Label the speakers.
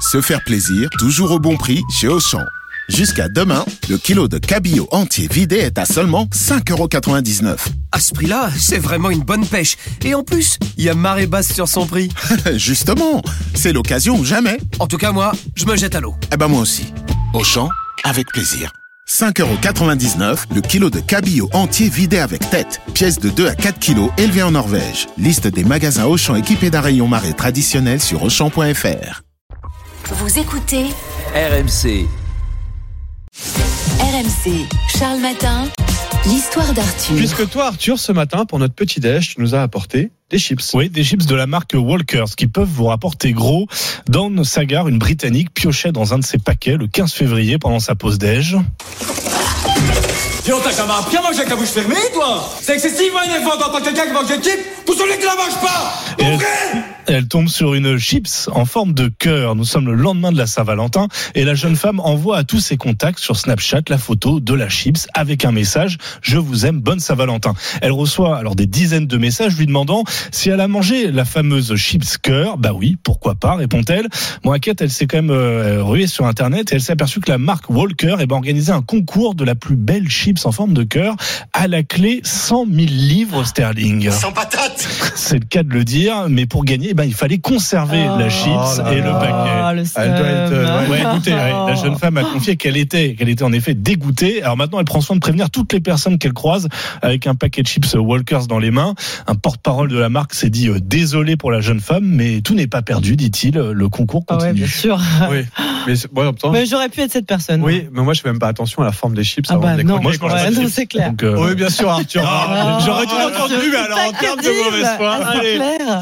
Speaker 1: se faire plaisir, toujours au bon prix chez Auchan. Jusqu'à demain, le kilo de cabillaud entier vidé est à seulement 5,99€.
Speaker 2: À ce prix-là, c'est vraiment une bonne pêche. Et en plus, il y a marée basse sur son prix.
Speaker 1: Justement, c'est l'occasion ou jamais.
Speaker 2: En tout cas, moi, je me jette à l'eau.
Speaker 1: Eh ben moi aussi. Auchan, avec plaisir. 5,99€ le kilo de cabillaud entier vidé avec tête. Pièce de 2 à 4 kilos élevée en Norvège. Liste des magasins Auchan équipés d'un rayon marée traditionnel sur auchan.fr.
Speaker 3: Vous écoutez
Speaker 4: RMC.
Speaker 3: RMC Charles Matin, l'histoire d'Arthur.
Speaker 5: Puisque toi, Arthur, ce matin, pour notre petit déj, tu nous as apporté des chips.
Speaker 6: Oui, des chips de la marque Walkers qui peuvent vous rapporter gros. Dawn Sagar, une Britannique, piochait dans un de ses paquets le 15 février pendant sa pause déj.
Speaker 7: Yo, t'as jamais appris à manger avec la bouche fermée, toi C'est excessivement énervant d'entendre quelqu'un qui mange des chips pour celui qui la mange pas
Speaker 6: Et
Speaker 7: Mon
Speaker 6: elle,
Speaker 7: frère
Speaker 6: elle tombe sur une chips en forme de cœur. Nous sommes le lendemain de la Saint-Valentin et la jeune femme envoie à tous ses contacts sur Snapchat la photo de la chips avec un message Je vous aime, bonne Saint-Valentin. Elle reçoit alors des dizaines de messages lui demandant si elle a mangé la fameuse chips cœur. Bah oui, pourquoi pas, répond-elle. Bon, inquiète, elle s'est quand même euh, ruée sur Internet et elle s'est aperçue que la marque Walker eh ben, organisait un concours de la plus belle chips en forme de cœur à la clé 100 000 livres sterling.
Speaker 7: Sans patate
Speaker 6: C'est le cas de le dire, mais pour gagner, eh ben, il fallait conserver la chips
Speaker 5: Oh là
Speaker 6: et
Speaker 5: là.
Speaker 6: le paquet.
Speaker 8: Ah, le
Speaker 5: Elle doit être, euh,
Speaker 8: seum. Oh.
Speaker 6: Ouais, écoutez, ouais, la jeune femme a confié qu'elle était, qu'elle était en effet dégoûtée. Alors maintenant, elle prend soin de prévenir toutes les personnes qu'elle croise avec un paquet de chips Walkers dans les mains. Un porte-parole de la marque s'est dit euh, désolé pour la jeune femme, mais tout n'est pas perdu, dit-il. Le concours
Speaker 8: Ah ouais, bien
Speaker 6: continue.
Speaker 8: sûr.
Speaker 5: Oui, mais c'est- moi, en même temps,
Speaker 8: Mais j'aurais pu être cette personne.
Speaker 5: oui, mais moi, je fais même pas attention à la forme des chips.
Speaker 8: Ah
Speaker 5: avant
Speaker 8: bah
Speaker 5: de les
Speaker 8: non,
Speaker 5: croquer,
Speaker 6: Moi, je mange
Speaker 5: quand
Speaker 8: Ouais,
Speaker 6: pas de
Speaker 8: non,
Speaker 6: chips.
Speaker 8: c'est clair.
Speaker 6: Donc, euh,
Speaker 5: Oui, bien sûr, Arthur.
Speaker 6: Ah,
Speaker 5: J'aurais tout
Speaker 8: Ah,
Speaker 5: entendu, mais alors en
Speaker 8: Sacré
Speaker 5: termes
Speaker 8: div,
Speaker 5: de mauvaise foi.
Speaker 8: ah, c'est
Speaker 5: Allez.
Speaker 8: clair.